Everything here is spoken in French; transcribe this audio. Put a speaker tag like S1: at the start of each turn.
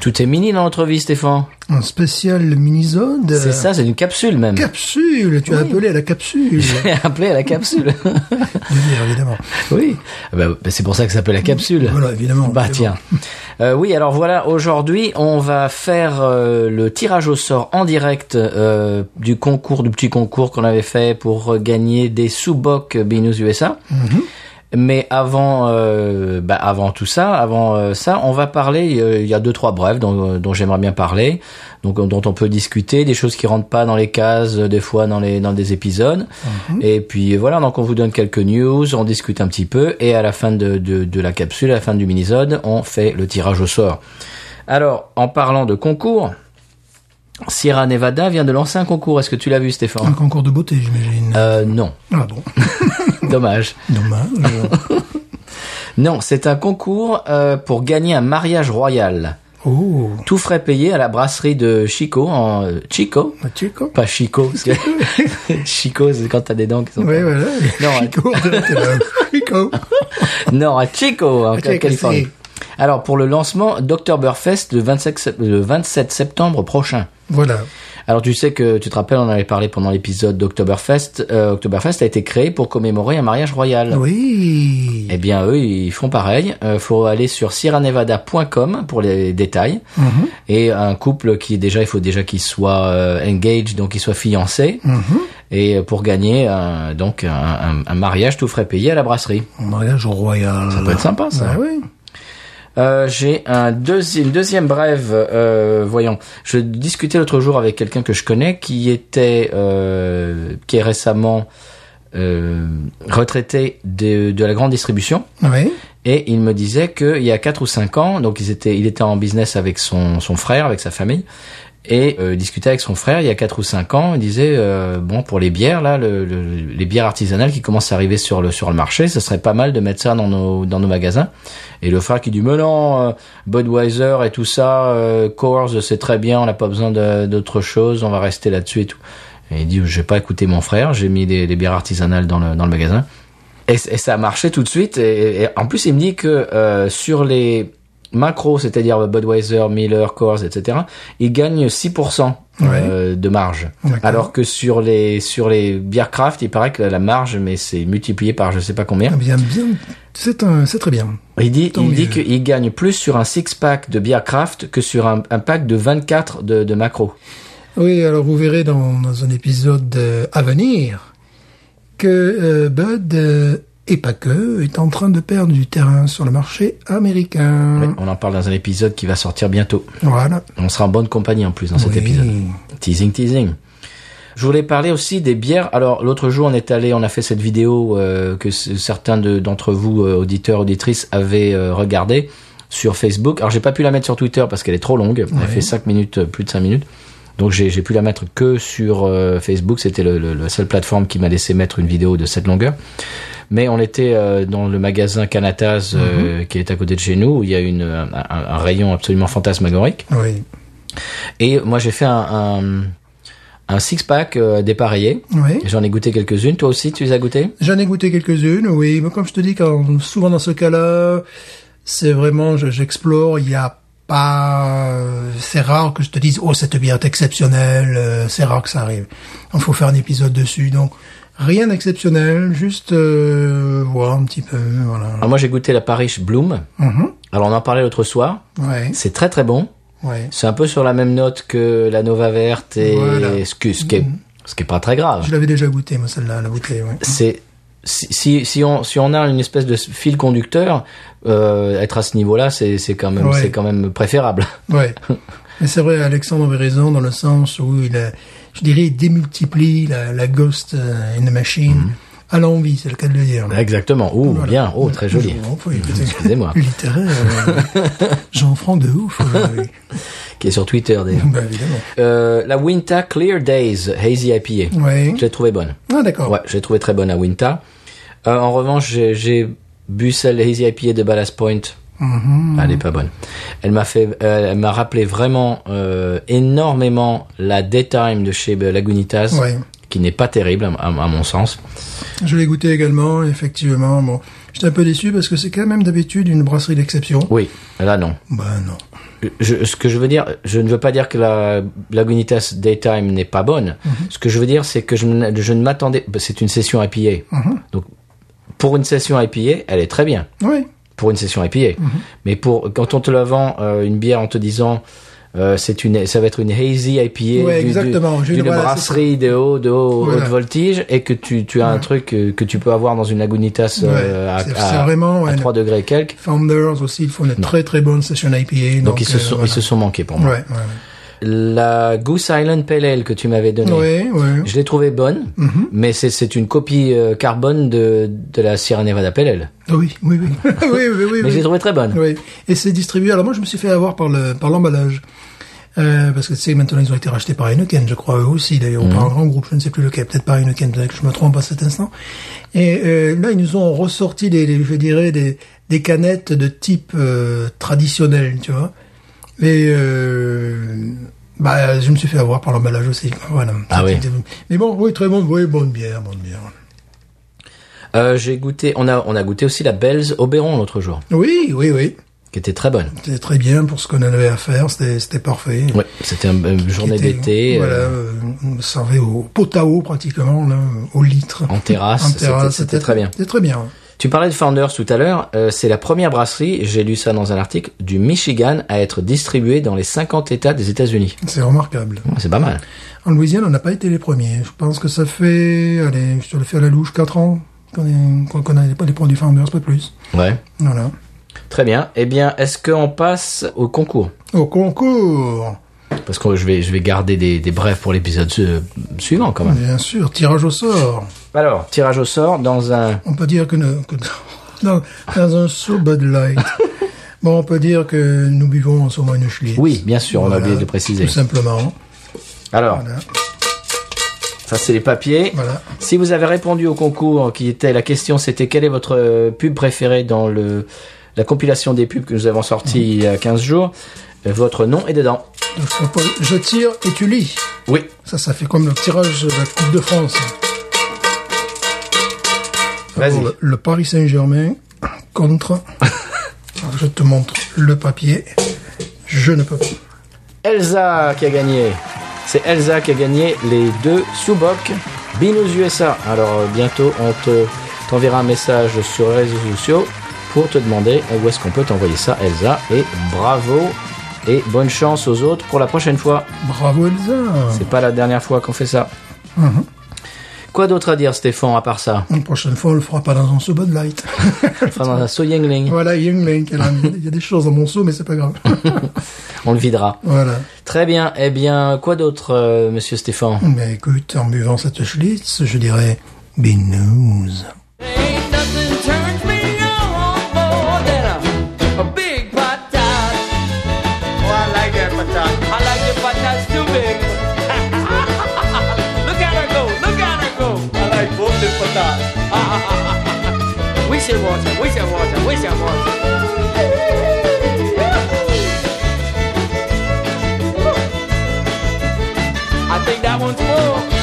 S1: Tout est mini dans notre vie, Stéphane.
S2: Un spécial mini-zone.
S1: C'est ça, c'est une capsule même.
S2: Capsule, tu
S1: Oui.
S2: as appelé à la capsule.
S1: J'ai appelé à la capsule.
S2: Bien, évidemment.
S1: oui. Ah bah, bah, c'est pour ça que ça s'appelle la capsule.
S2: Voilà, évidemment.
S1: Bah
S2: Mais bon.
S1: tiens. Euh, oui, alors voilà, aujourd'hui, on va faire euh, le tirage au sort en direct euh, du concours, du petit concours qu'on avait fait pour euh, gagner des sous-bocs Binous USA.
S2: Mm-hmm.
S1: Mais avant, euh, bah, avant tout ça, avant euh, ça, on va parler. euh, il y a deux trois brèves dont, dont j'aimerais bien parler, donc euh, dont on peut discuter des choses qui rentrent pas dans les cases euh, des fois dans les dans des épisodes. Et puis euh, voilà, donc on vous donne quelques news, on discute un petit peu, et à la fin de de, de la capsule, à la fin du minisode, on fait le tirage au sort. Alors, en parlant de concours, Sierra Nevada vient de lancer un concours. Est-ce que tu l'as vu,
S2: Un
S1: Stéphane
S2: concours de beauté, j'imagine.
S1: euh, Non,
S2: Ah bon,
S1: dommage.
S2: dommage.
S1: Non, c'est un concours euh, pour gagner un mariage royal.
S2: oh,
S1: Tout frais payé à la brasserie de Chico en euh, Chico,
S2: bah, tu es con.
S1: pas Chico. parce que- Chico, c'est quand t'as des dents qui sont.
S2: Ouais, voilà.
S1: Non,
S2: Chico, t'es là. Chico.
S1: Non, à Chico, en
S2: À Chico,
S1: Californie.
S2: si.
S1: Alors pour le lancement d'Octoberfest le 25 sep- le 27 septembre prochain.
S2: Voilà.
S1: Alors tu sais que tu te rappelles, on en avait parlé pendant l'épisode d'Octoberfest. Euh, Oktoberfest a été créé pour commémorer un mariage royal.
S2: Oui.
S1: Eh bien, eux, ils font pareil. Euh, faut aller sur sierranevada.com pour les détails.
S2: Mm-hmm.
S1: Et un couple qui déjà, il faut déjà qu'il soit euh, engaged, donc qu'il soit fiancé.
S2: Mm-hmm.
S1: Et euh, pour gagner un- donc un, un- un mariage tout frais payé à la brasserie.
S2: Un mariage royal.
S1: Ça peut être sympa, ça.
S2: Ah oui.
S1: Euh, J'ai un deuxi- une deuxième brève. euh, voyons, je discutais l'autre jour avec quelqu'un que je connais qui était, euh, qui est récemment euh, retraité de, de la grande distribution.
S2: Oui.
S1: Et il me disait qu'il y a 4 ou 5 ans, donc ils étaient, il était en business avec son, son frère, avec sa famille, et euh, il discutait avec son frère il y a 4 ou 5 ans, il disait, euh, bon, pour les bières, là, le- le- les bières artisanales qui commencent à arriver sur le, sur le marché, ce serait pas mal de mettre ça dans nos, dans nos magasins. Et le frère qui dit, mais non, euh, Budweiser et tout ça, euh, Coors, c'est très bien, on n'a pas besoin de- d'autre chose, on va rester là-dessus et tout. Et il dit, j'ai pas écouté mon frère, j'ai mis les, les bières artisanales dans le, dans le magasin. Et, c- et ça a marché tout de suite. Et, et en plus, il me dit que euh, sur les macros, c'est-à-dire Budweiser, Miller, Coors, etc., il gagne 6% euh, de marge.
S2: D'accord.
S1: Alors que sur les sur les bières craft, il paraît que la marge, mais c'est multiplié par je sais pas combien.
S2: Eh bien, bien. C'est un, c'est très bien.
S1: Il dit,
S2: Tant
S1: il dit
S2: mieux.
S1: qu'il gagne plus sur un six pack de bière craft que sur un, un pack de 24 de, de macros.
S2: Oui, alors vous verrez dans, dans un épisode euh, à venir que euh, Bud, euh, et pas que, est en train de perdre du terrain sur le marché américain.
S1: Ouais, On en parle dans un épisode qui va sortir bientôt.
S2: Voilà.
S1: On sera en bonne compagnie en plus dans cet
S2: Oui.
S1: épisode. Teasing, teasing. Je voulais parler aussi des bières. Alors l'autre jour, on est allé, on a fait cette vidéo euh, que c- certains de- d'entre vous, euh, auditeurs, auditrices, avaient euh, regardé sur Facebook. Alors j'ai pas pu la mettre sur Twitter parce qu'elle est trop longue. Elle fait 5 minutes, euh, plus de 5 minutes. Donc j'ai j'ai pu la mettre que sur euh, Facebook. C'était le, le- la seule plateforme qui m'a laissé mettre une vidéo de cette longueur. Mais on était euh, dans le magasin Canataz euh, qui est à côté de chez nous, où il y a une, un, un- un rayon absolument fantasmagorique.
S2: Oui.
S1: Et moi, j'ai fait un, un, un six-pack euh, dépareillé.
S2: Oui.
S1: J'en ai goûté quelques-unes. Toi aussi, tu les as goûtées
S2: J'en ai goûté quelques-unes, oui. Mais comme je te dis, quand, souvent dans ce cas-là, c'est vraiment, je- j'explore, il y a pas, euh, c'est rare que je te dise, oh, cette bière est exceptionnelle, euh, c'est rare que ça arrive. Il faut faire un épisode dessus, donc rien d'exceptionnel, juste euh, voir un petit peu, voilà.
S1: Alors, moi, j'ai goûté la Parish Bloom.
S2: Mhm.
S1: Alors, on en parlait l'autre soir.
S2: Ouais,
S1: C'est très, très bon.
S2: ouais.
S1: C'est un peu sur la même note que la Nova Verte et
S2: Voilà.
S1: ce, que- ce qui est, ce qui est pas très grave.
S2: Je l'avais déjà goûté, moi, celle-là, la bouteille, ouais.
S1: C'est si, si, si on, si on a une espèce de fil conducteur, euh, être à ce niveau-là, c'est c'est quand, même
S2: Ouais.
S1: c'est quand même préférable.
S2: Ouais. Mais c'est vrai, Alexandre avait raison dans le sens où il, a- je dirais, il démultiplie la, la Ghost euh, in the Machine
S1: Mhm.
S2: à l'envie, c'est le cas de le dire.
S1: Exactement. Oh,
S2: Voilà.
S1: bien. Oh, très joli.
S2: Oh, oui, écoutez,
S1: Excusez-moi.
S2: littéraire, euh, Jean-Franc de ouf, euh, oui.
S1: Qui est sur Twitter, d'ailleurs.
S2: bah, évidemment.
S1: Euh, la Winta Clear Days Hazy IPA.
S2: Ouais.
S1: Je l'ai trouvée bonne.
S2: Ah d'accord.
S1: Ouais, je l'ai trouvée très bonne à Winta. Euh, en revanche, j'ai- j'ai bu celle Hazy IPA de Ballast Point. Elle est pas bonne. Elle m'a fait, euh, elle m'a rappelé vraiment euh, énormément la Daytime de chez euh, Lagunitas,
S2: Ouais.
S1: qui n'est pas terrible à, à- à mon sens.
S2: Je l'ai goûté également, effectivement. Bon, j'étais un peu déçu parce que c'est quand même d'habitude une brasserie d'exception.
S1: Oui, là non.
S2: Bah non.
S1: je, ce que je veux dire, je ne veux pas dire que la Lagunitas Daytime n'est pas bonne. Ce que je veux dire, c'est que je, ne- je ne m'attendais. C'est une session à piller.
S2: Mhm.
S1: Donc, pour une session à piller, elle est très bien.
S2: Oui.
S1: Pour une session à piller.
S2: Mhm.
S1: Mais pour quand on te la vend euh, une bière en te disant. euh, c'est une, ça va être une hazy IPA
S2: Ouais,
S1: du- du-
S2: exactement. J'ai
S1: d'une
S2: une- voilà, c'est
S1: brasserie de haut, de haut,
S2: Voilà.
S1: haute voltige, et que tu, tu as un truc euh, que tu peux avoir dans une Lagunitas euh,
S2: Ouais,
S1: à,
S2: c'est-
S1: à-
S2: c'est vraiment,
S1: à
S2: ouais,
S1: 3 degrés et quelques.
S2: Founders aussi, ils font une très très bonne session IPA.
S1: Donc, ils se
S2: euh,
S1: sont,
S2: voilà.
S1: ils se sont manqués pour moi.
S2: Ouais, ouais,
S1: La Goose Island Pale Ale que tu m'avais donnée,
S2: ouais. Mhm. Ouais, ouais.
S1: je l'ai trouvée bonne, mais c'est- c'est une copie euh, carbone de, de la Sierra Nevada Pale Ale.
S2: Ah Oui, oui, oui. oui, oui, oui, oui.
S1: Mais je l'ai trouvée très bonne.
S2: Oui. Et c'est distribué. Alors moi, je me suis fait avoir par le par l'emballage. Euh, parce que tu sais, maintenant ils ont été rachetés par Heineken, je crois eux aussi d'ailleurs, ou par un
S1: Mhm.
S2: grand groupe, je ne sais plus lequel, peut-être par Heineken, peut-être que je me trompe à cet instant. Et euh, là, ils nous ont ressorti des, des- je dirais, des, des canettes de type euh, traditionnel, tu vois. Et euh, bah, je me suis fait avoir par l'emballage aussi. Voilà.
S1: Ah oui.
S2: Mais bon, oui, très bon, oui, bonne bière, bonne bière.
S1: Euh, J'ai goûté, on a, on a goûté aussi la Bell's Oberon l'autre jour,
S2: Oui, oui, oui,
S1: qui était très bonne.
S2: c'était très bien pour ce qu'on en avait à faire, c'était c'était parfait.
S1: Ouais, c'était une euh, journée
S2: était,
S1: d'été,
S2: Voilà,
S1: euh,
S2: euh, on servait au pot à eau pratiquement, là, au litre.
S1: en terrasse,
S2: En
S1: c'était-
S2: terrasse,
S1: c'était très bien.
S2: C'était très bien.
S1: Tu parlais de Founders tout à l'heure, euh, c'est la première brasserie, j'ai lu ça dans un article, du Michigan à être distribuée dans les 50 États des États-Unis.
S2: C'est remarquable.
S1: Ouais, C'est pas mal.
S2: En Louisiane, on n'a pas été les premiers. Je pense que ça fait, allez, je te le fais à la louche, 4 ans qu'on est- qu'on qu'on a pas les produits Founders, pas plus.
S1: Ouais.
S2: Voilà.
S1: Très bien. Eh bien, est-ce qu'on passe au concours
S2: Au concours,
S1: Parce que je vais, je vais garder des, des brèves pour l'épisode su- suivant quand même.
S2: bien sûr, tirage au sort.
S1: Alors, tirage au sort dans un...
S2: On peut dire que, ne- que dans, dans un saut Bud Light. bon, on peut dire que nous buvons en ce moment une Schlitz.
S1: Oui, bien sûr, on a oublié de le préciser. Ah.
S2: Tout simplement.
S1: Alors,
S2: Voilà.
S1: ça c'est les papiers.
S2: Voilà.
S1: Si vous avez répondu au concours qui était la question, c'était quelle est votre euh, pub préférée dans le la compilation des pubs que nous avons sortie il y a 15 jours, euh, votre nom est dedans.
S2: Donc, je propose, je tire et tu lis.
S1: Oui.
S2: Ça, ça fait comme le tirage de la Coupe de France.
S1: Vas-y.
S2: Alors, Le, le Paris Saint-Germain contre. Alors, je te montre le papier. Je ne peux pas.
S1: Elsa qui a gagné. C'est Elsa qui a gagné les deux sous-bocs Binous USA. Alors euh, bientôt, on te t'enverra un message sur les réseaux sociaux pour te demander où est-ce qu'on peut t'envoyer ça, Elsa. Et bravo et bonne chance aux autres pour la prochaine fois.
S2: Bravo Elsa.
S1: C'est pas la dernière fois qu'on fait ça. Quoi d'autre à dire, Stéphane, à part ça
S2: La prochaine fois, on le fera pas dans un saut Bud Light.
S1: Enfin, dans un saut Yingling,
S2: voilà, Youngling. elle a- Il y a des choses dans mon saut, mais c'est pas grave.
S1: on le videra.
S2: voilà.
S1: Très bien. Eh bien, quoi d'autre, euh, monsieur Stéphane
S2: Mais écoute, en buvant cette Schlitz, je dirais. Binous.
S3: Ain't nothing turns me on more than a, a big patat. Oh, I like that patat. I like the patats too big. look at her go, look at her go. I like both the patats. we should watch her, we should watch her, we should watch her. I think that one's full.